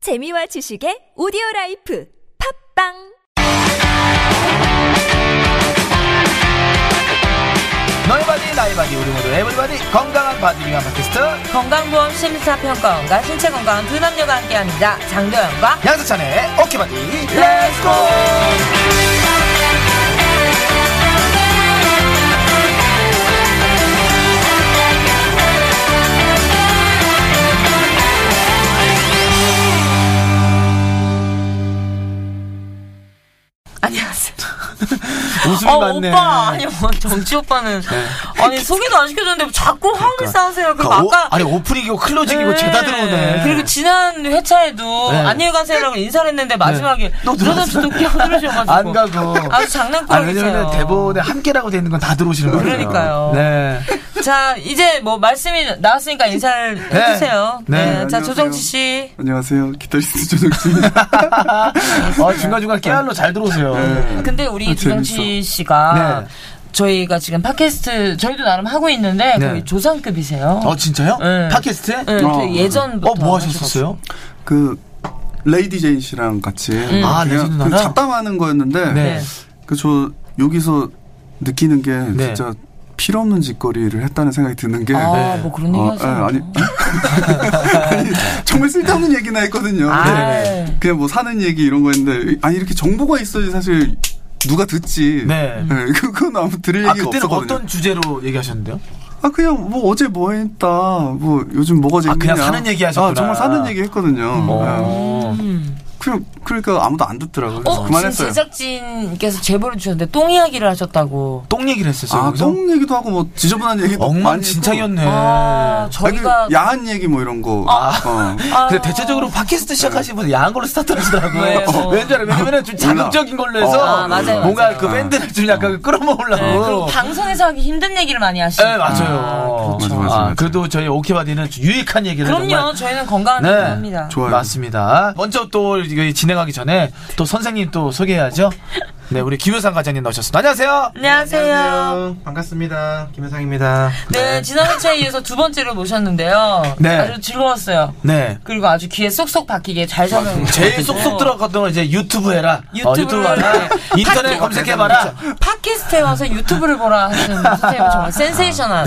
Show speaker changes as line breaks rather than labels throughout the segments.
재미와 지식의 오디오 라이프 팝빵
너희 바디 나의 바디 우리 모두 에블바디 건강한 바디 위한 팟캐스트
건강보험 심사평가원과 신체건강 두 남녀가 함께합니다. 장도연과
양세찬의 오케바디 렛츠고
안녕하세요.
웃음이
어
많네 네.
오빠 아니 뭐 정치 오빠는 아니 소개도 안 시켜줬는데 자꾸 화를 쌓으세요. 그럼
그러니까 오-
아까
아니 오프닝이고 클로징이고
네.
죄다 들어오네
그리고 지난 회차에도
네.
안녕히 가세요라고 인사를 했는데 마지막에
너 들어왔어?
너도 끼어들으셔가지고
안 가고
아주
아니
장난꾸러기세요.
왜냐면 대본에 함께라고 돼 있는 건 다 들어오시는 거예요
그러니까요.
네
자 이제 뭐 말씀이 나왔으니까 인사를
네.
해주세요.
네.
네. 자
안녕하세요.
조정치 씨.
안녕하세요. 기타리스트 조정치입니다.
아, 중간중간 깨알로 잘 들어오세요
근데 우리
아,
조정치 씨가
네.
저희가 지금 팟캐스트 저희도 나름 하고 있는데
네.
거의 조상급이세요.
어 진짜요?
네.
팟캐스트?
네,
어.
되게 예전부터
어 뭐 하셨었어요?
그 레이디 제인 씨랑 같이
아,
그냥
레이디
그
누나랑?
잡담하는 거였는데
네.
그 저 여기서 느끼는 게
네.
진짜 필요 없는 짓거리를 했다는 생각이 드는 게
아
네.
뭐 그런
어,
얘기 하세요.
예, 아니, 아니, 정말 쓸데없는 얘기나 했거든요.
아,
그냥 뭐 사는 얘기 이런 거였는데 아니 이렇게 정보가 있어야지 사실 누가 듣지.
네.
예, 그건 아무 들을
아
네.
얘기가
그때는
없었거든요.
어떤 주제로 얘기하셨는데요?
아 그냥 뭐 어제 뭐 했다 뭐 요즘 뭐가 재밌냐
아, 그냥 사는 얘기 하셨구나.
아, 정말 사는 얘기 했거든요 예.
어.
그냥 그러니까 아무도 안 듣더라고요
어, 지금
그만했어요
제작진께서 제보를 주셨는데 똥 이야기를 하셨다고.
똥 얘기를 했었어요 거기서?
아똥 얘기도 하고 뭐 지저분한 얘기도 많이 했고.
엉망진창이었네
아,
아니, 그
저희가
야한 얘기 뭐 이런 거 어.
아,
근데 대체적으로 팟캐스트 시작하신 분은 야한 걸로 스타트
왜요?
하시더라고요. 왠지 알아요? 왜냐면 좀 자극적인 걸로 해서
네. 아, 맞아요,
뭔가
맞아요.
그 팬들을 좀 약간 끌어모으려고.
네, 그리고 방송에서 하기 힘든 얘기를 많이 하시죠.
네, 맞아요.
아, 그렇죠.
맞아, 맞아,
아,
맞아.
그래도 저희 오케바디는 유익한 얘기를
그럼요.
정말
저희는 건강한
네.
네. 합니다.
좋아요
맞습니다. 먼저 또 이거 진행하기 전에 또 선생님 또 소개해야죠. 네, 우리 김효상 과장님 나오셨습니다. 안녕하세요.
안녕하세요.
반갑습니다. 김혜상입니다.
네, 지난 회차에 이어서 두 번째로 모셨는데요.
네.
아주 즐거웠어요.
네.
그리고 아주 귀에 쏙쏙 박히게 잘 설명해
제일 쏙쏙 들어갔던 건 이제 유튜브 해라. 어,
네. 유튜브를-
유튜브 해라. 인터넷
팟캐-
검색해봐라.
그 팟캐스트에 와서 유튜브를 보라 하시는 선생님
아,
정말 센세이션한.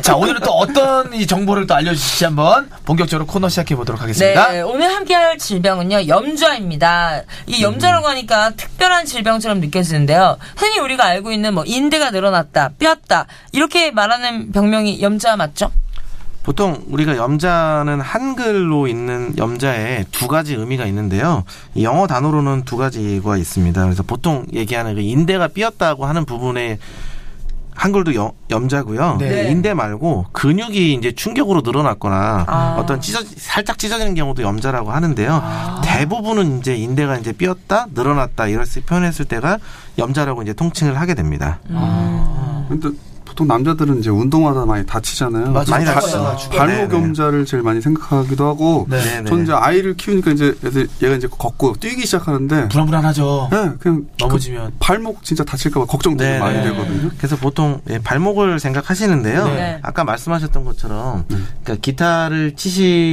자, 오늘은 또 어떤 이 정보를 또 알려주실지 한번 본격적으로 코너 시작해보도록 하겠습니다.
네, 오늘 함께할 질병은요 염좌입니다. 이 염좌라고
음.
하니까 특별한 질병처럼 느껴지는데요. 흔히 우리가 알고 있는 뭐 인대가 늘어났다, 뼈다 이렇게 말하는 병명이 염좌 맞죠?
보통 우리가 염자는 한글로 있는 염자에 두 가지 의미가 있는데요. 이 영어 단어로는 두 가지가 있습니다. 그래서 보통 얘기하는 그 인대가 삐었다고 하는 부분에 한글도 여- 염자고요.
네.
인대 말고 근육이 이제 충격으로 늘어났거나
아.
어떤 찢어 살짝 찢어지는 경우도 염자라고 하는데요. 대부분은 이제 인대가 이제 삐었다 늘어났다 이렇게 표현했을 때가 염자라고 이제 통칭을 하게 됩니다.
어. 근데 보통 남자들은 이제 운동하다 많이 다치잖아요
맞아요.
많이
발-
다쳤어요.
발로
네, 네.
겸자를 제일 많이 생각하기도 하고
네.
네, 네.
전 이제 아이를 키우니까 이제 애들 얘가 이제 걷고 뛰기 시작하는데
불안불안하죠.
예, 그냥
넘어지면.
그 발목 진짜 다칠까봐 걱정도 좀
네,
많이
네.
되거든요
그래서 보통 예, 발목을 생각하시는데요.
네.
아까 말씀하셨던 것처럼
네.
그러니까 기타를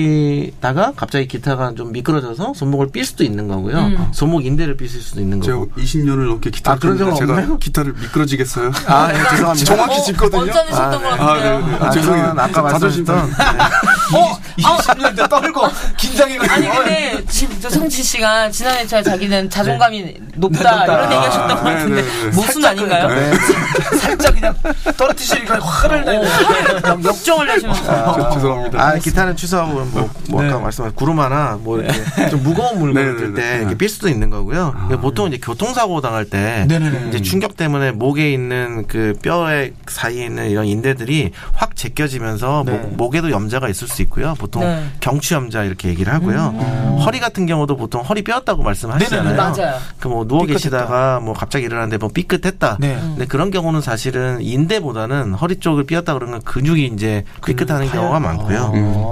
치시다가 갑자기 기타가 좀 미끄러져서 손목을 삘 수도 있는 거고요.
음.
손목 인대를 삘 수도 있는
제가
거고.
20년을 넘게 기타
뭐. 아,
를 쳤는데
그런 적은
제가
없나요?
기타를 미끄러지겠어요
아, 예, 죄송합니다.
정확히 짚거든요.
언짢으셨던 어, 것
아,
같은데요.
네, 네.
아,
죄송해요.
그건 아까
자존심
말씀하셨던
어, 20년 때 떨고 긴장해가지고.
그, 아. 아니 근데 지금 조성치 씨가 지난 회차에 자기는 자존감이 높다
네. 높다. 아,
이런 얘기하셨던 것
네,
같은데
네, 네.
모순 아닌가요?
네. 살짝 그냥 떨어뜨리시니까 화를 내고.
역정을 내시면서
죄- 죄송합니다.
아, 기타는 취소하고 그럼 뭐, 뭐
네.
아까 말씀하신 구름 하나 뭐 이렇게 좀 무거운
네,
물건을
네,
들
네.
때 이렇게 삘 수도 있는 거고요. 근데 보통 이제 교통사고 당할 때
네, 네, 네.
이제 충격 때문에 목에 있는 그 뼈의 사이에 있는 이런 인대들이 확 제껴지면서
네.
목, 목에도 염자가 있을 수 있고요. 보통
네.
경추 염자 이렇게 얘기를 하고요. 허리 같은 경우도 보통 허리 뼈였다고 말씀하시잖아요.
네, 네,
네. 맞아요.
그 뭐 누워
삐끗했다.
계시다가 뭐 갑자기 일어났는데 뭐 삐끗했다.
네.
근데 그런 경우는 사실은 인대보다는 허리 쪽을 삐었다 그러면 근육이 이제 삐끗하는 경우가
어.
많고요. 음. 네.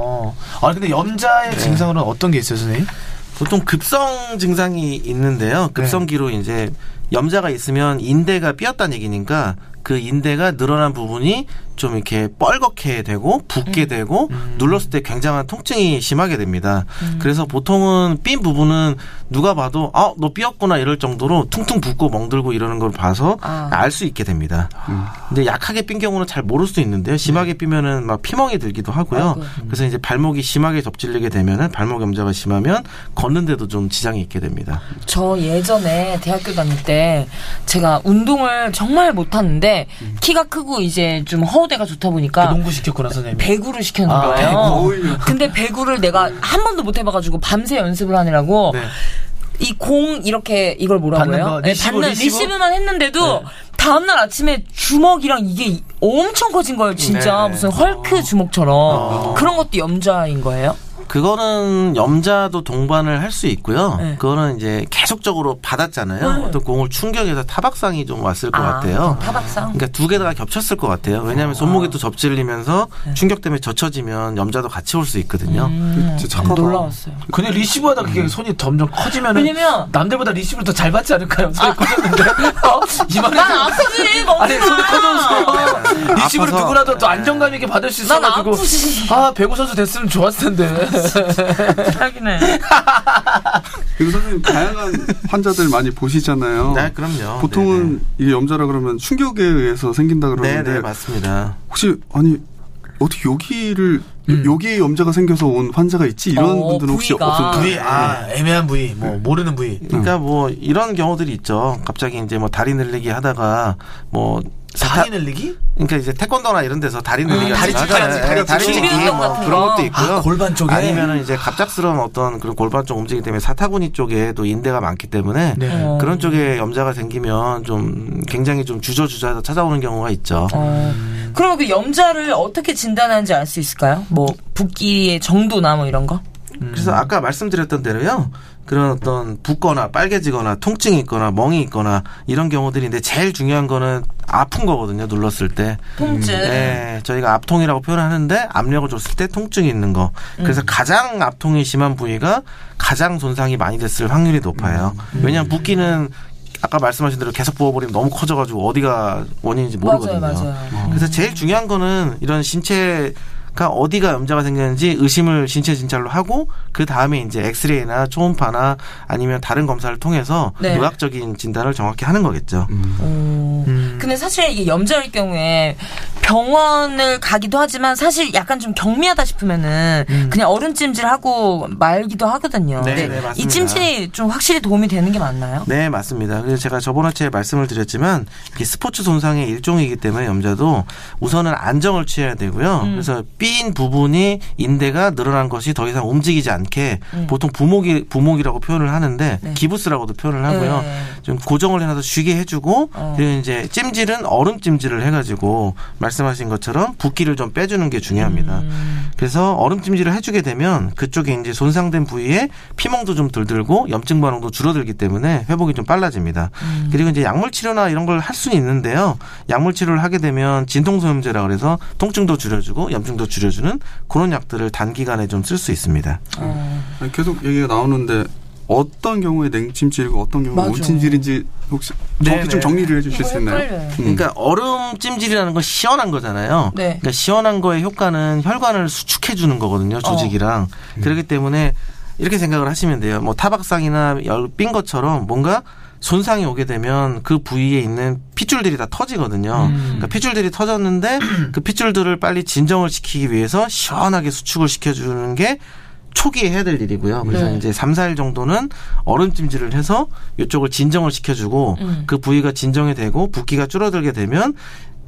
아, 근데 염자의 증상으로는 어떤 게 있어요, 선생님? 네.
보통 급성 증상이 있는데요. 급성기로 이제 염자가 있으면 인대가 삐었다는 얘기니까 그 인대가 늘어난 부분이 좀 이렇게 뻘겋게 되고 붓게
음.
되고 눌렀을 때 굉장한 통증이 심하게 됩니다.
음.
그래서 보통은 삔 부분은 누가 봐도 아 너 삐었구나 이럴 정도로 퉁퉁 붓고 멍들고 이러는 걸 봐서
아.
알 수 있게 됩니다. 음. 근데 약하게 삔 경우는 잘 모를 수도 있는데요. 심하게 삐면은 막 피멍이 들기도 하고요.
아이고.
그래서 이제 발목이 심하게 접질리게 되면은 발목 염좌가 심하면 걷는데도 좀 지장이 있게 됩니다.
저 예전에 대학교 다닐 때 제가 운동을 정말 못하는데 키가 크고 이제 좀 허우대가 좋다 보니까
음. 그 농구 시켰구나 선생님.
배구를 시켰는
아,
거예요.
배구.
어이구.
근데 배구를 내가 한 번도 못 해봐가지고 밤새 연습을 하느라고
네.
이 공 이렇게 이걸 뭐라고
받는
해요?
거,
네,
네. 리시브,
받는
리시브?
리시브만 했는데도 다음날 아침에 주먹이랑 이게 이- 엄청 커진 거예요. 진짜
네.
무슨
아.
헐크 주먹처럼 그런 것도 염좌인 거예요.
그거는 염자도 동반을 할 수 있고요.
네.
그거는 이제 계속적으로 받았잖아요. 어떤 공을 충격해서 타박상이 좀 왔을
뭐
것 같아요.
타박상.
그러니까 두 개가 겹쳤을 것 같아요. 왜냐하면 손목이 또 접질리면서 충격 때문에 젖혀지면 염자도 같이 올 수 있거든요.
진짜 착하다.
놀라웠어요.
근데 리시브하다 그게
음.
손이 점점 커지면은
왜냐면- 아.
남들보다 리시브를 더 잘 받지 않을까요? 손이 커졌는데 어? 이만해.
난 아프지
아니 손이
멍청아.
커져서 리시브를
아파서. 네.
누구라도 더 안정감 있게 받을 수
난
있어가지고
아프지.
아 배구 선수 됐으면 좋았을 텐데.
하긴해.
그리고 선생님 다양한 환자들 많이 보시잖아요.
네, 그럼요.
보통은 이게 염자라 그러면 충격에 의해서 생긴다
네네.
그러는데
네네, 맞습니다.
혹시 아니 어떻게 여기를
음.
여기에 염자가 생겨서 온 환자가 있지 이런
어,
분들은 혹시
부위가.
없었나요? 네.
부위 아 애매한 부위 뭐 모르는 부위.
그러니까 뭐 이런 경우들이 있죠. 갑자기 이제 뭐 다리 늘리기 하다가 뭐
다리 늘리기?
그러니까 이제 태권도나 이런 데서 다리 늘리기
아, 다리
같은 거
찢기,
하잖아요.
다리 찢기.
다리 찢기
준비운동
뭐
같은
그런
거.
것도 있고요.
아, 골반 쪽에?
아니면은 이제 갑작스러운 어떤 그런 골반 쪽 움직임 때문에 사타구니 쪽에 또 인대가 많기 때문에
네.
어.
그런 쪽에 염자가 생기면 좀 굉장히 좀 주저주저해서 찾아오는 경우가 있죠.
어. 그러면 그 염자를 어떻게 진단하는지 알 수 있을까요? 뭐 붓기의 정도나 뭐 이런 거?
그래서 아까 말씀드렸던 대로요. 그런 어떤 붓거나 빨개지거나 통증이 있거나 멍이 있거나 이런 경우들인데 제일 중요한 거는 아픈 거거든요. 눌렀을 때.
통증.
네, 저희가 압통이라고 표현하는데 압력을 줬을 때 통증이 있는 거. 그래서
음.
가장 압통이 심한 부위가 가장 손상이 많이 됐을 확률이 높아요.
음.
왜냐하면 붓기는 아까 말씀하신 대로 계속 부어버리면 너무 커져가지고 어디가 원인인지 모르거든요.
맞아요, 맞아요.
그래서 제일 중요한 거는 이런 신체가 어디가 염자가 생겼는지 의심을 신체 진찰로 하고 그 다음에 이제 엑스레이나 초음파나 아니면 다른 검사를 통해서
네.
의학적인 진단을 정확히 하는 거겠죠.
오. 근데 사실 이게 염자일 경우에 병원을 가기도 하지만 사실 약간 좀 경미하다 싶으면은 그냥 얼음찜질 하고 말기도 하거든요.
네,
근데
네, 맞습니다.
이 찜질이 좀 확실히 도움이 되는 게 맞나요?
네, 맞습니다. 그래서 제가 저번 화체에 말씀을 드렸지만 이게 스포츠 손상의 일종이기 때문에 염자도 우선은 안정을 취해야 되고요.
음.
그래서 삐인 부분이 인대가 늘어난 것이 더 이상 움직이지 않게 보통 부목이 부목이라고 표현을 하는데
음. 네.
기부스라고도 표현을 하고요.
네.
좀 고정을 해놔서 쉬게 해주고
어.
그리고 이제 찜질은 얼음 찜질을 해가지고 말씀하신 것처럼 붓기를 좀 빼주는 게 중요합니다. 그래서 얼음 찜질을 해주게 되면 그쪽에 이제 손상된 부위에 피멍도 좀 들들고 염증 반응도 줄어들기 때문에 회복이 좀 빨라집니다.
음.
그리고 이제 약물 치료나 이런 걸 할 수는 있는데요. 약물 치료를 하게 되면 진통소염제라 그래서 통증도 줄여주고 염증도 줄여주는 그런 약들을 단기간에 좀 쓸 수 있습니다.
아니, 계속 얘기가 나오는데 어떤 경우에 냉찜질이고 어떤 경우에
맞아.
온찜질인지 혹시
네,
정확히
네.
좀 정리를 해주실 수 있나요?
어, 헷갈려요.
음.
그러니까 얼음 찜질이라는 건 시원한 거잖아요.
네.
그러니까 시원한 거의 효과는 혈관을 수축해 주는 거거든요, 조직이랑. 그렇기 때문에 이렇게 생각을 하시면 돼요. 뭐 타박상이나 열삔 것처럼 뭔가 손상이 오게 되면 그 부위에 있는 핏줄들이 다 터지거든요. 그러니까 핏줄들이 터졌는데 그 핏줄들을 빨리 진정을 시키기 위해서 시원하게 수축을 시켜주는 게 초기에 해야 될 일이고요. 그래서 이제 3, 4일 정도는 얼음 찜질을 해서 이쪽을 진정을 시켜주고 그 부위가 진정이 되고 붓기가 줄어들게 되면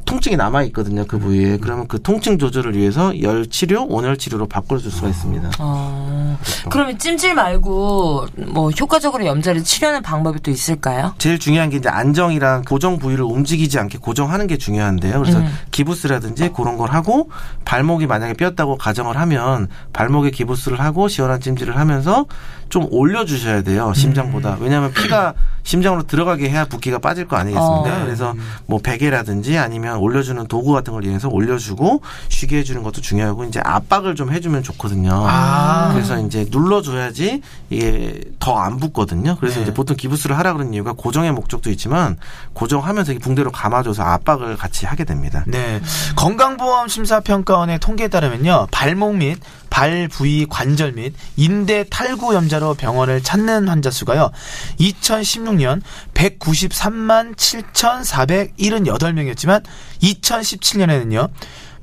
통증이 남아 있거든요. 그 부위에. 그러면 그 통증 조절을 위해서 열 치료, 온열 치료로 바꿔 줄 수가 있습니다.
어,
그렇죠.
그러면 찜질 말고 뭐 효과적으로 염자를 치료하는 방법이 또 있을까요?
제일 중요한 게 이제 안정이랑 고정 부위를 움직이지 않게 고정하는 게 중요한데요. 그래서 기부스라든지 그런 걸 하고 발목이 만약에 삐었다고 가정을 하면 발목에 기부스를 하고 시원한 찜질을 하면서 좀 올려주셔야 돼요. 심장보다. 왜냐하면 피가 심장으로 들어가게 해야 붓기가 빠질 거 아니겠습니까?
네.
어.
그래서 뭐 베개라든지 아니면 올려주는 도구 같은 걸 이용해서 올려주고 쉬게 해주는 것도 중요하고 이제 압박을 좀 해주면 좋거든요.
아.
그래서 이제 눌러줘야지 이게 더 안 붓거든요. 그래서
네.
이제 보통 기부스를 하라 그러는 이유가 고정의 목적도 있지만 고정하면서 이게 붕대로 감아줘서 압박을 같이 하게 됩니다.
네. 건강보험 심사평가원의 통계에 따르면요. 발목 및 발 부위 관절 및 인대 탈구 염자로 병원을 찾는 환자 수가요. 2016년 193만 7,478명이었지만 2017년에는요.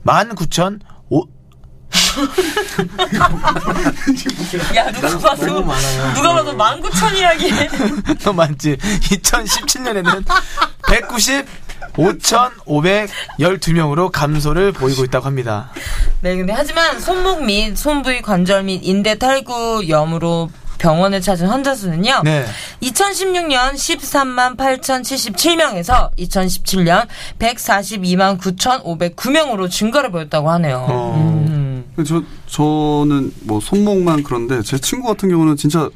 19,000 오-
야, 누가 봐도, 누가 봐도
네.
19,000이라기에.
너무 많지. 2017년에는 190 5,512명으로 감소를 보이고 있다고 합니다.
네, 근데 하지만 손목 및 손부위 관절 및 인대 탈구 염으로 병원을 찾은 환자 수는요.
네.
2016년 13만 8,077명에서 2017년 142만 9,509명으로 증가를 보였다고 하네요.
어.
음.
저 저는 뭐 손목만 그런데 제 친구 같은 경우는 진짜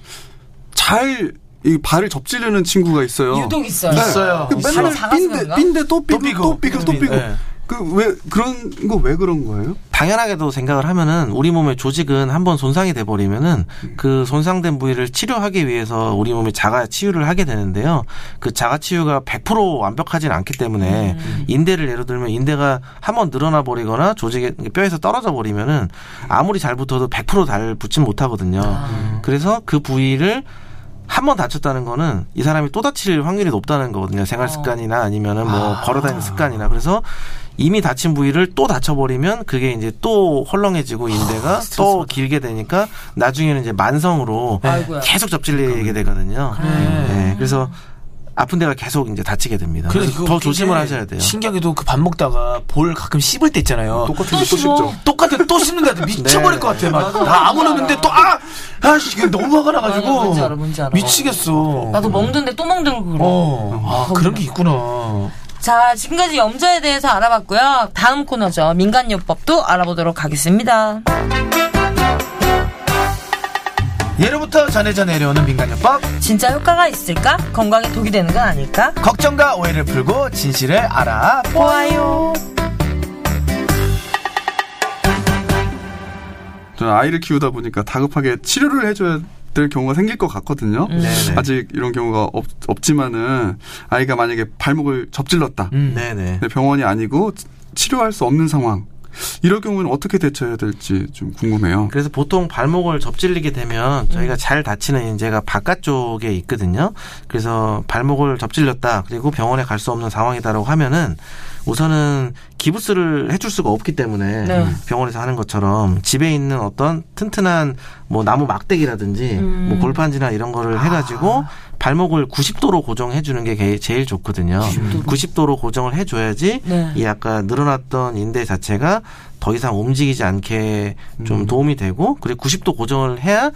잘 이 발을 접지르는 친구가 있어요.
유독 있어요.
있어요.
그 맨날
발이 작아서
삔데
그런가?
삔데 또
또
삐고
삐고.
또 삐고 또 삐고.
네.
그 왜 그런 거 왜 그런 거예요?
당연하게도 생각을 하면은 우리 몸의 조직은 한번 손상이 돼 버리면은 그 손상된 부위를 치료하기 위해서 우리 몸이 자가 치유를 하게 되는데요. 그 자가 치유가 100% 완벽하진 않기 때문에 인대를 예를 들면 인대가 한번 늘어나 버리거나 조직에 뼈에서 떨어져 버리면은 아무리 잘 붙어도 100%잘 붙진 못하거든요. 그래서 그 부위를 한 번 다쳤다는 거는 이 사람이 또 다칠 확률이 높다는 거거든요. 생활 습관이나 아니면은 뭐 걸어다니는 습관이나 그래서 이미 다친 부위를 또 다쳐버리면 그게 이제 또 헐렁해지고 인대가 또 길게 되니까 나중에는 이제 만성으로
아이고야.
계속 접질리게 되거든요. 네, 그래서 아픈 데가 계속 이제 다치게 됩니다.
그래서
그래서
그거
더
굉장히
조심을 하셔야 돼요.
신기하게도 그 밥 먹다가 볼 가끔 씹을 때 있잖아요.
똑같은 게 또 쉽죠.
똑같아 또 씹는다 미쳐버릴
네.
것 같아 막나 아무 넣는데 또아 아씨 이게 너무 화가 나가지고
맞아, 어, 뭔지 알아, 뭔지 알아.
미치겠어
나도 먹는데 또 먹는 거 그래.
어아 그런 게 있구나
자, 지금까지 염자에 대해서 알아봤고요. 다음 코너죠. 민간요법도 알아보도록 하겠습니다.
그- 예로부터 전해져 내려오는 민간요법
진짜 효과가 있을까? 건강에 독이 되는 건 아닐까?
걱정과 오해를 풀고 진실을 알아보아요
저는 아이를 키우다 보니까 다급하게 치료를 해줘야 될 경우가 생길 것 같거든요.
음.
네네.
아직 이런 경우가 없, 없지만은 아이가 만약에 발목을 접질렀다.
음.
네네.
근데 병원이 아니고 치- 치료할 수 없는 상황. 이럴 경우는 어떻게 대처해야 될지 좀 궁금해요.
그래서 보통 발목을 접질리게 되면 저희가 잘 다치는 인재가 바깥쪽에 있거든요. 그래서 발목을 접질렸다. 그리고 병원에 갈 수 없는 상황이다라고 하면은 우선은 기부스를 해줄 수가 없기 때문에
네.
병원에서 하는 것처럼 집에 있는 어떤 튼튼한 뭐 나무 막대기라든지
음.
뭐 골판지나 이런 거를 해가지고 발목을 90도로 고정해 주는 게 게- 제일 좋거든요. 90도로, 고정을 해줘야지
네.
이 아까 늘어났던 인대 자체가 더 이상 움직이지 않게
음.
좀 도움이 되고 그리고 90도 고정을 해야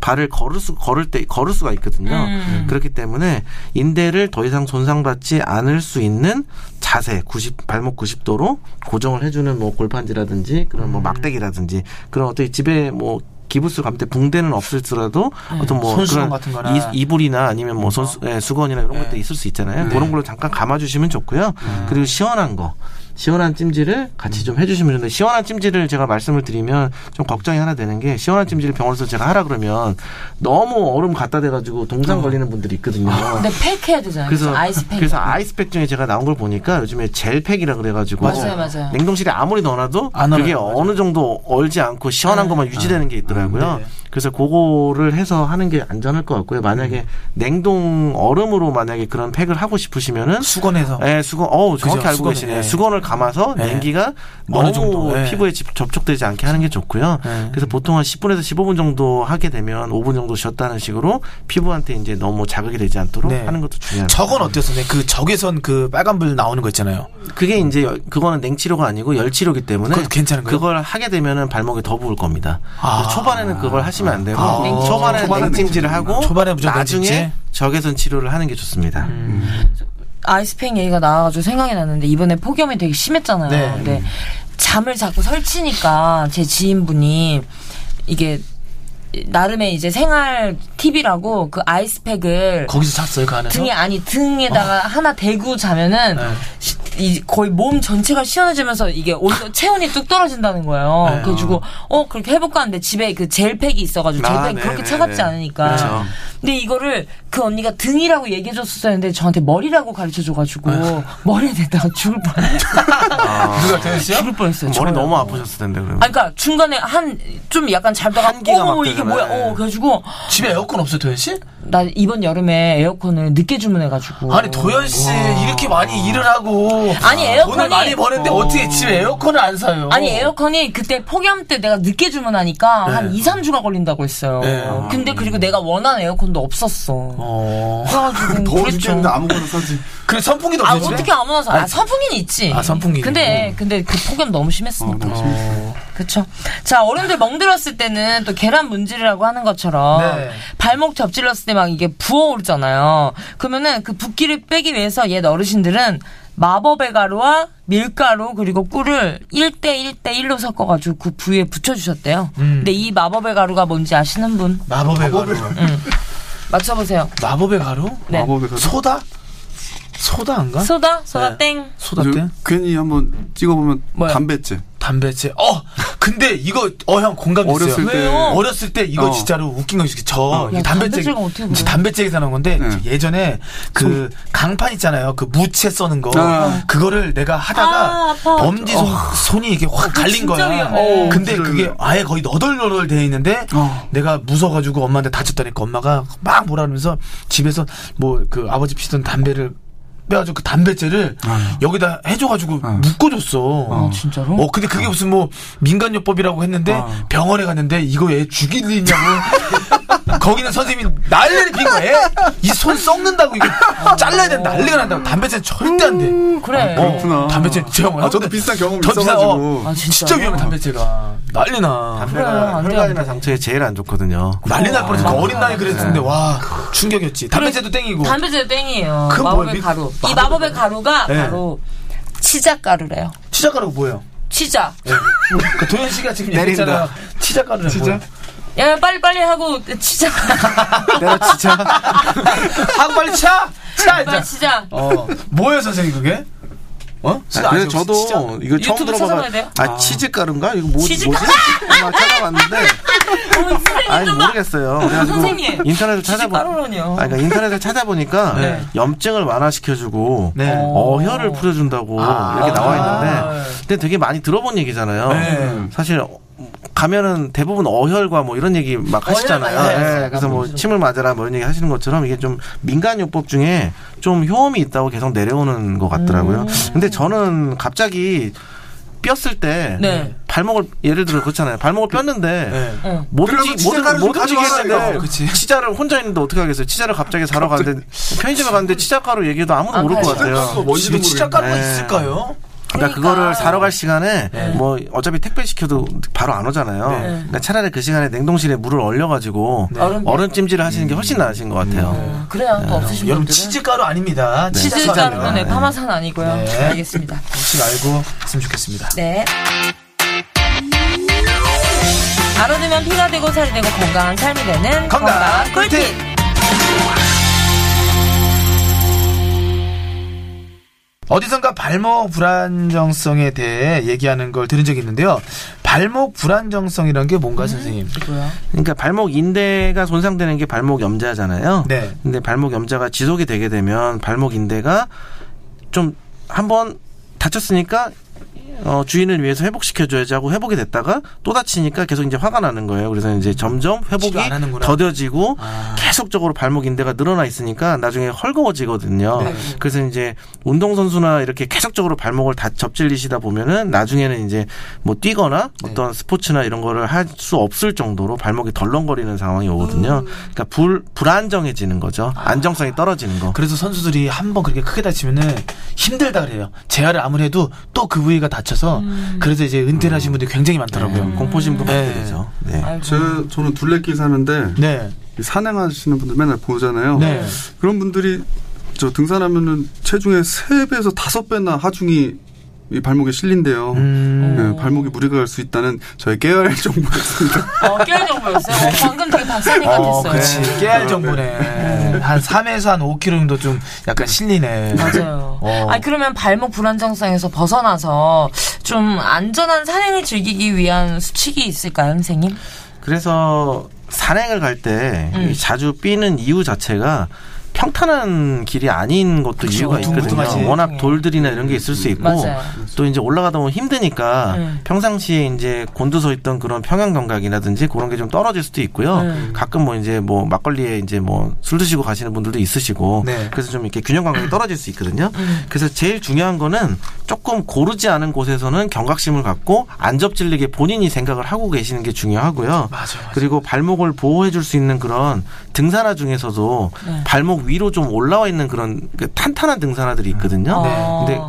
발을 걸을 수 걸을 때 걸을 수가 있거든요.
음.
그렇기 때문에 인대를 더 이상 손상받지 않을 수 있는 자세 90 발목 90도로 고정을 해주는 뭐 골판지라든지 그런
음.
뭐 막대기라든지 그런 어떤 집에 뭐 기부스 감대 붕대는 없을지라도
네.
어떤 뭐
손수건
그런
같은 거나.
이, 이불이나 아니면 뭐 손수, 예, 수건이나 이런 것도 있을 수 있잖아요. 그런 걸로 잠깐 감아주시면 좋고요. 그리고 시원한 거. 시원한 찜질을 같이 좀 해주시면 좋은데 시원한 찜질을 제가 말씀을 드리면 좀 걱정이 하나 되는 게 시원한 찜질을 병원에서 제가 하라 그러면 너무 얼음 갖다 대가지고 동상 걸리는 분들이 있거든요.
근데 팩 해야 되잖아요.
그래서
아이스팩.
그래서 아이스팩 중에 제가 나온 걸 보니까 요즘에 젤팩이라 그래가지고 어,
맞아요, 맞아요.
냉동실에 아무리 넣어놔도
안 얼어요.
그게 어느 정도 얼지 않고 시원한 것만 유지되는 게 있더라고요.
네.
그래서 그거를 해서 하는 게 안전할 것 같고요. 만약에
음.
냉동 얼음으로 만약에 그런 팩을 하고 싶으시면은
수건에서
예, 수건, 어우, 정확히
그죠,
알고
수건은,
계시네요.
예.
수건을 감아서
예.
냉기가
어느
너무
정도, 예.
피부에 집- 접촉되지 않게 하는 게 좋고요.
예.
그래서 보통 한 10분에서 15분 정도 하게 되면 5분 정도 쉬었다는 식으로 피부한테 이제 너무 자극이 되지 않도록
네.
하는 것도 중요합니다.
저건 어때요 선생님 그 적외선 그 빨간불 나오는 거 있잖아요
그게 이제 열- 그거는 냉치료가 아니고 열치료기 때문에
그것도 괜찮은 거예요?
걸 하게 되면은 발목이 더 부을 겁니다.
아.
그래서 초반에는 그걸 하시면 안 되고
아.
냉- 초반에는,
초반에는
냉찜질을 하고
초반에 음. 무조건
나중에
냉찜질?
적외선 치료를 하는 게 좋습니다.
아이스팩 얘기가 나와가지고 생각이 났는데 이번에 폭염이 되게 심했잖아요.
네.
근데 잠을 자꾸 설치니까 제 지인분이 이게 나름의 이제 생활 팁이라고 그 아이스팩을
거기서 샀어요, 그 안에서?
등에 아니
어.
등에다가 하나 대고 자면은
네.
시- 이 거의 몸 전체가 시원해지면서 이게 온도 체온이 뚝 떨어진다는 거예요.
네.
그래가지고 어 그렇게 해볼까 하는데 집에 그 젤팩이 있어가지고
아,
젤팩
네,
그렇게
네,
차갑지
네.
않으니까.
그렇죠.
근데 이거를 그 언니가 등이라고 얘기해줬었는데 저한테 머리라고 가르쳐줘가지고
네.
머리에 대다가 죽을 뻔했어요.
누가 되었어요?
죽을 뻔했어요.
머리
저요.
뭐.
너무 아프셨을 텐데 그러면.
아, 그니까, 중간에 한, 좀 약간 잘 떠가,
한기가
어머,
막
이게
되잖아요.
뭐야, 어, 그래가지고,
집에 에어컨 없어요, 도현 씨?
나 이번 여름에 에어컨을 늦게 주문해가지고.
아니, 도현 씨, 이렇게 많이 일을 하고.
아니, 에어컨이-
돈을 많이 버는데 어떻게 집에 에어컨을 안 사요?
아니 에어컨이 그때 폭염 때 내가 늦게 주문하니까 한 2, 3주가 걸린다고 했어요.
네.
근데 그리고 내가 원하는 에어컨도 없었어.
어.
그래가지고
아, 더느겠
그랬죠.
는데 아무거나 사지.
그래, 선풍기도
아
없어요, 집에?
어떻게 아무나 사? 아 어, 그렇죠. 선풍기는 있지.
아, 선풍기는
근데 근데 그 폭염 너무 심했으니까.
너무
그쵸. 자 어른들 멍들었을 때는 또 계란 문질이라고 하는 것처럼
네.
발목 접질렀을 때 막 이게 부어오르잖아요. 그러면은 그 붓기를 빼기 위해서 옛 어르신들은 마법의 가루와 밀가루 그리고 꿀을 1대1대1로 섞어가지고 그 부위에 붙여주셨대요. 근데 이 마법의 가루가 뭔지 아시는 분
마법의 가루.
맞춰보세요.
마법의 가루?
네.
마법에 가서.
소다? 소다인가?
소다 소다 땡.
소다
이제
때?
괜히 한번 찍어보면
뭐야?
담배째.
담배채. 어! 근데 이거, 어, 형, 공감 있어요.
어렸을 때.
왜요?
어렸을 때 이거
어.
진짜로 웃긴 거 있어요. 저
야,
담배째
담배째가 어떻게 그래?
담배째에 사는 건데
네.
저 예전에 그 강판 있잖아요. 그 무채 써는 거
아.
그거를 내가 하다가
아, 아파. 아,
엄지 손, 손이 이렇게 확 갈린
진짜
거야.
위험해.
어, 근데
어. 진짜
그게
위험해.
아예 거의 너덜너덜 돼 있는데
어.
내가 무서워가지고 엄마한테 다쳤다니까 엄마가 막 뭐라면서 집에서 뭐 그 아버지 피던 담배를 빼가지고 그 담배째를
아.
여기다 해줘가지고 묶어줬어.
아, 진짜로?
어, 근데 그게 무슨 뭐 민간요법이라고 했는데
어.
병원에 갔는데 이거 얘 죽일 일 있냐고. 거기는 선생님이 난리를 핀 거야. 이 손 썩는다고 이거 잘라야 돼. 난리가 난다고. 담배채는 절대 안
음.
돼.
어, 그래.
그렇구나.
담배채 제형
아, 저도 비슷한 경험이
저 어, 비슷한-
있어가지고.
아 진짜.
진짜 위험해 담배채가. 난리나.
그래, 안
담배가
돼, 안
그러니까
혈관이나
돼.
상처에 제일 안 좋거든요.
난리 날 뻔했어.
맞아.
어린 나이 그랬는데 와 충격이었지. 담배채도 땡기고.
담배제 땡이에요.
그건
마법의
뭐야, 밀-
가루. 이
마법의
마법의 가루가
네.
바로 치자 가루래요.
치자가루 뭐예요?
치자.
그 도현 씨가 지금 얘기했잖아. 치자가루는 뭐예요?
야 빨리 빨리 하고 치자.
아, 내가 치자. 하고 아, 빨리 차. 차
아, 빨리
이제.
치자.
어 뭐예요 선생님 그게? 어?
아, 그래서 저도 이거 처음
유튜브 찾아봐야 돼요?
들어봐서 아, 치즈 가루인가 이거 뭐,
치즈
뭐지? 아, 찾아봤는데
어, 선생님
아니
좀 봐.
모르겠어요. 그래가지고
선생님,
인터넷을
치즈
찾아보.
가루라뇨.
아, 그러니까 인터넷을 찾아보니까
네.
염증을 완화시켜주고
네.
어, 혀를 풀어준다고 이렇게 나와 있는데 근데 되게 많이 들어본 얘기잖아요.
네.
사실 어, 가면은 대부분 어혈과 뭐 이런 얘기 막 하시잖아요.
많이
예,
하죠.
그래서 뭐 침을 맞아라 뭐 이런 얘기 하시는 것처럼 이게 좀 민간요법 중에 좀 효험이 있다고 계속 내려오는 것 같더라고요. 근데 저는 갑자기 뼈쓸 때
네.
발목을 예를 들어 그렇잖아요. 발목을 뼈는데
네.
응.
못
그래도
움직-
치자를
못-
좀
못
가져와라
움직이겠는데
이거. 그치.
치자를 혼자 있는데 어떻게 하겠어요? 치자를 갑자기 사러 갔는데 편의점에 갔는데 치자가루 얘기도 아무도
안
모를
팔죠.
것 같아요.
집에 치자가루가
모르겠네.
있을까요?
그러니까
그러니까.
그거를 사러 갈 시간에 뭐 어차피 택배 시켜도 바로 안 오잖아요. 그러니까 차라리 그 시간에 냉동실에 물을 네. 얼려가지고
얼음찜.
얼음 네. 찜질을 하시는 게 훨씬 나으신 것 같아요.
그래요. 또 없으신
네. 여러분
분들은
치즈가루 아닙니다.
치즈
치자가루입니다.
가루는 네, 파마산 아니고요.
네.
알겠습니다.
혹시 알고 했으면 좋겠습니다.
네. 알아두면 피가 되고 살이 되고 건강한 삶이 되는
건강
건강 꿀팁.
꿀팁. 어디선가 발목 불안정성에 대해 얘기하는 걸 들은 적이 있는데요. 발목 음? 불안정성이란 게 뭔가 선생님?
뭐야?
그러니까 발목 인대가 손상되는 게 발목 염자잖아요.
네.
근데 발목 염자가 지속이 되게 되면 발목 인대가 좀 한번 다쳤으니까 어, 주인을 위해서 회복시켜줘야지 하고 회복이 됐다가 또 다치니까 계속 이제 화가 나는 거예요. 그래서 이제 점점 회복이
치료 안 하는구나.
더뎌지고
아.
계속적으로 발목 인대가 늘어나 있으니까 나중에 헐거워지거든요.
네.
그래서 이제 운동선수나 이렇게 계속적으로 발목을 다 접질리시다 보면은 나중에는 이제 뭐 뛰거나
네.
어떤 스포츠나 이런 거를 할 수 없을 정도로 발목이 덜렁거리는 상황이
음.
오거든요. 그러니까 불, 불안정해지는 거죠.
아.
안정성이 떨어지는 거.
그래서 선수들이 한 번 그렇게 크게 다치면은 힘들다 그래요. 재활을 아무리 해도 또 그 부위가 다쳐서
음.
그래서 이제 은퇴를 하신 분들이 굉장히 많더라고요.
공포심도
네.
갖게 되죠. 네.
제, 저는 둘레길 사는데
네.
이 산행하시는 분들 맨날 보잖아요.
네.
그런 분들이 저 등산하면은 체중의 3배에서 5배나 하중이 이 발목에 실린대요.
음.
네, 발목에 무리가 갈 수 있다는 저의 깨알 정보가 있습니다.
어, 깨알 정보였어요. 어, 방금 되게 박사님
네. 어,
같았어요. 네.
그치. 깨알 정보네. 한 3에서 한 5kg 정도 좀 약간 실리네.
맞아요.
어.
아니 그러면 발목 불안정성에서 벗어나서 좀 안전한 산행을 즐기기 위한 수칙이 있을까요, 선생님?
그래서 산행을 갈 때
음.
자주 삐는 이유 자체가 평탄한 길이 아닌 것도
그쵸.
이유가 있거든요.
둥글둥하지. 네.
워낙 돌들이나 이런 게 있을 수 있고
맞아요.
또 이제 올라가다 보면 힘드니까
음.
평상시에 이제 곤두서 있던 그런 평형 감각이라든지 그런 게 좀 떨어질 수도 있고요.
음.
가끔 뭐 이제 뭐 막걸리에 이제 뭐 술 드시고 가시는 분들도 있으시고
네.
그래서 좀 이렇게 균형 감각이 떨어질 수 있거든요.
네.
그래서 제일 중요한 거는 조금 고르지 않은 곳에서는 경각심을 갖고 안 접질리게 본인이 생각을 하고 계시는 게 중요하고요.
맞아, 맞아.
그리고 발목을 보호해 줄 수 있는 그런 등산화 중에서도
네.
발목 위로 좀 올라와 있는 그런 그 탄탄한 등산화들이 있거든요. 네. 근데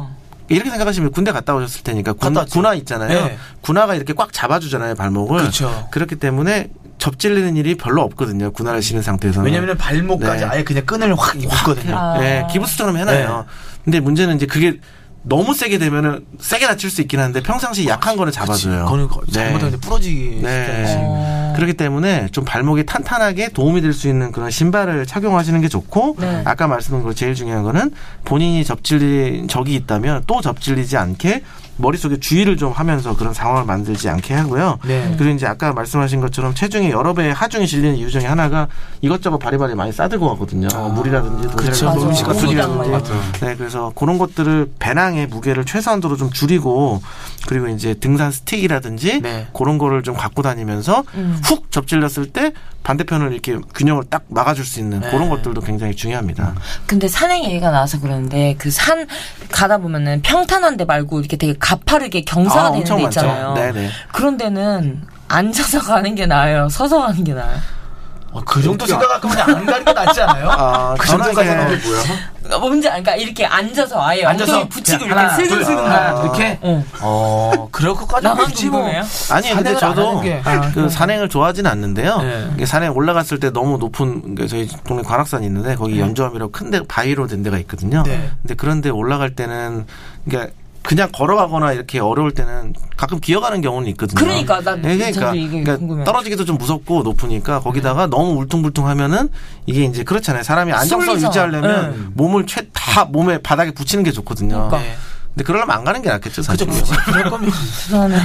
이렇게 생각하시면 군대 갔다 오셨을 테니까 군,
어. 갔다 왔죠.
군화 있잖아요.
네.
군화가 이렇게 꽉 잡아주잖아요 발목을.
그렇죠.
그렇기 때문에 접질리는 일이 별로 없거든요. 군화를 신은 상태에서는.
왜냐면은 발목까지
네.
아예 그냥 끈을 확 묶거든요. 네.
아.
예, 기부스처럼 해놔요. 근데 문제는 이제 그게 너무 세게 되면은 세게 다칠 수 있긴 한데 평상시 약한 거를 잡아줘요.
그거는 거- 잘못하면
네.
부러지기
네.
때문에.
어.
그렇기 때문에 좀 발목이 탄탄하게 도움이 될 수 있는 그런 신발을 착용하시는 게 좋고
네.
아까 말씀드린 거 제일 중요한 거는 본인이 접질린 적이 있다면 또 접질리지 않게 머릿속에 주의를 좀 하면서 그런 상황을 만들지 않게 하고요.
네.
그리고 이제 아까 말씀하신 것처럼 체중이 여러 배의 하중이 실리는 이유 중에 하나가 이것저것 바리바리 많이 싸들고 가거든요. 물이라든지
아, 그쵸.
도시락이라든지
맞아.
음식 같은
공기당
거라든지. 네, 그래서 그런 것들을 배낭의 무게를 최소한도로 좀 줄이고 그리고 이제 등산 스틱이라든지
네.
그런 거를 좀 갖고 다니면서
음.
훅 접질렸을 때 반대편을 이렇게 균형을 딱 막아줄 수 있는
네.
그런 것들도 굉장히 중요합니다.
근데 산행 얘기가 나와서 그러는데 그 산 가다 보면은 평탄한 데 말고 이렇게 되게 가파르게 경사가
아,
되는
엄청
데
많죠.
있잖아요.
네네.
그런 데는 앉아서 가는 게 나아요. 서서 가는 게 나아요.
어, 그 정도 생각할 거면 그냥 안 가는 게 낫지 않아요?
아,
그
저는
정도까지
이제
하는 게 뭐야?
어, 뭔지 알까? 이렇게 앉아서 아예 엉덩이 붙이고
그냥
이렇게
둘,
슬슬슬
하나,
가.
이렇게
어.
어 그럴 것까지
나만
굳이 뭐
궁금해요.
아니 근데
산행을 안 하는
저도
게.
그 산행을 좋아하진 않는데요.
네.
이게 산에 올라갔을 때 너무 높은 그 저희 동네 관악산이 있는데 거기 연주함이라고 큰데 바위로 된 데가 있거든요.
네.
근데 그런데 올라갈 때는 그러니까 그냥 걸어가거나 이렇게 어려울 때는 가끔 기어가는 경우는 있거든요.
그러니까, 나
예, 그러니까,
저도 이게
그러니까
궁금해요.
떨어지기도 좀 무섭고 높으니까 거기다가 너무 울퉁불퉁하면은 이게 이제 그렇잖아요. 사람이 안정성 을
쏠리죠.
유지하려면 몸을 최 다 몸에 바닥에 붙이는 게 좋거든요.
그러니까.
네.
근데 그러려면 안 가는 게
그죠
낫겠죠. 사실.
굳이 그럴 거면
네. 불안해.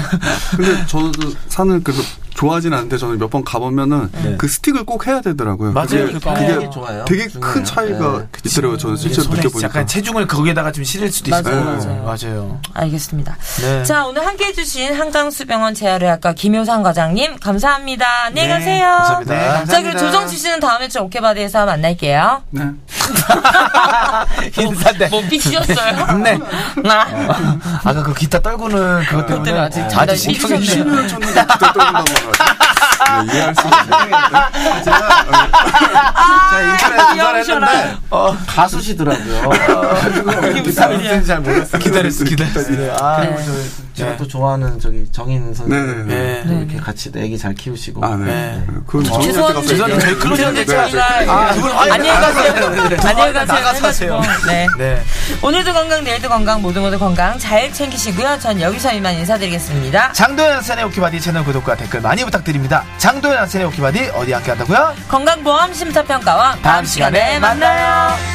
근데 저도 산을 그래서 좋아하진 않는데 저는 몇 번 가보면은 그 스틱을 꼭 해야 되더라고요.
맞아요.
그게
그러니까.
되게
그게 좋아요.
되게
중요해요.
큰 차이가
네.
있더라고요. 저는
이게
실제로
손에
느껴보니까.
약간 체중을 거기에다가 좀 실을 수도 있어요.
맞아요,
네.
맞아요.
맞아요.
알겠습니다.
네.
자, 오늘 함께 해주신 한강수병원 재활의학과 김효상 과장님, 감사합니다. 안녕히
네,
가세요.
감사합니다.
네, 감사합니다.
자, 그리고 조정주 씨는 다음에 저 오케바디에서 만날게요.
네.
인사대.
뭐 삐치셨어요?
네.
나.
아까 그 기타 떨구는 그것 때문에
때문에 아직 잠깐
아직 신청이
삐지셨네요.
있네요.
신을 쳤는데 기타 떠온다는 거 네, 이해할 수 없어요.
아,
아,
제가 인터넷 조사를 했는데
어,
가수시더라고요.
무슨 어, 일인지 잘 몰랐어요. 기다렸어, 기다렸어. 네. 아,
네.
오늘
제가 또 좋아하는 저기 정인 선생님
네.
또 이렇게 같이 애기 잘 키우시고
아, 네.
네.
그건 정리할 때가
죄송한데,
없어요.
죄송한데 저희 클로징인데
네, 네.
아, 두분 화해.
안녕히 가세요. 안녕히 가세요.
나가서 하세요.
해가지고. 네.
네.
오늘도 건강, 내일도 건강, 모두 모두 건강 잘 챙기시고요. 전 여기서 이만 인사드리겠습니다.
장도연 한센의 오키바디 채널 구독과 댓글 많이 부탁드립니다. 장도연 한센의 오키바디 어디 함께 한다고요?
건강보험 심사평가와 다음 시간에 만나요.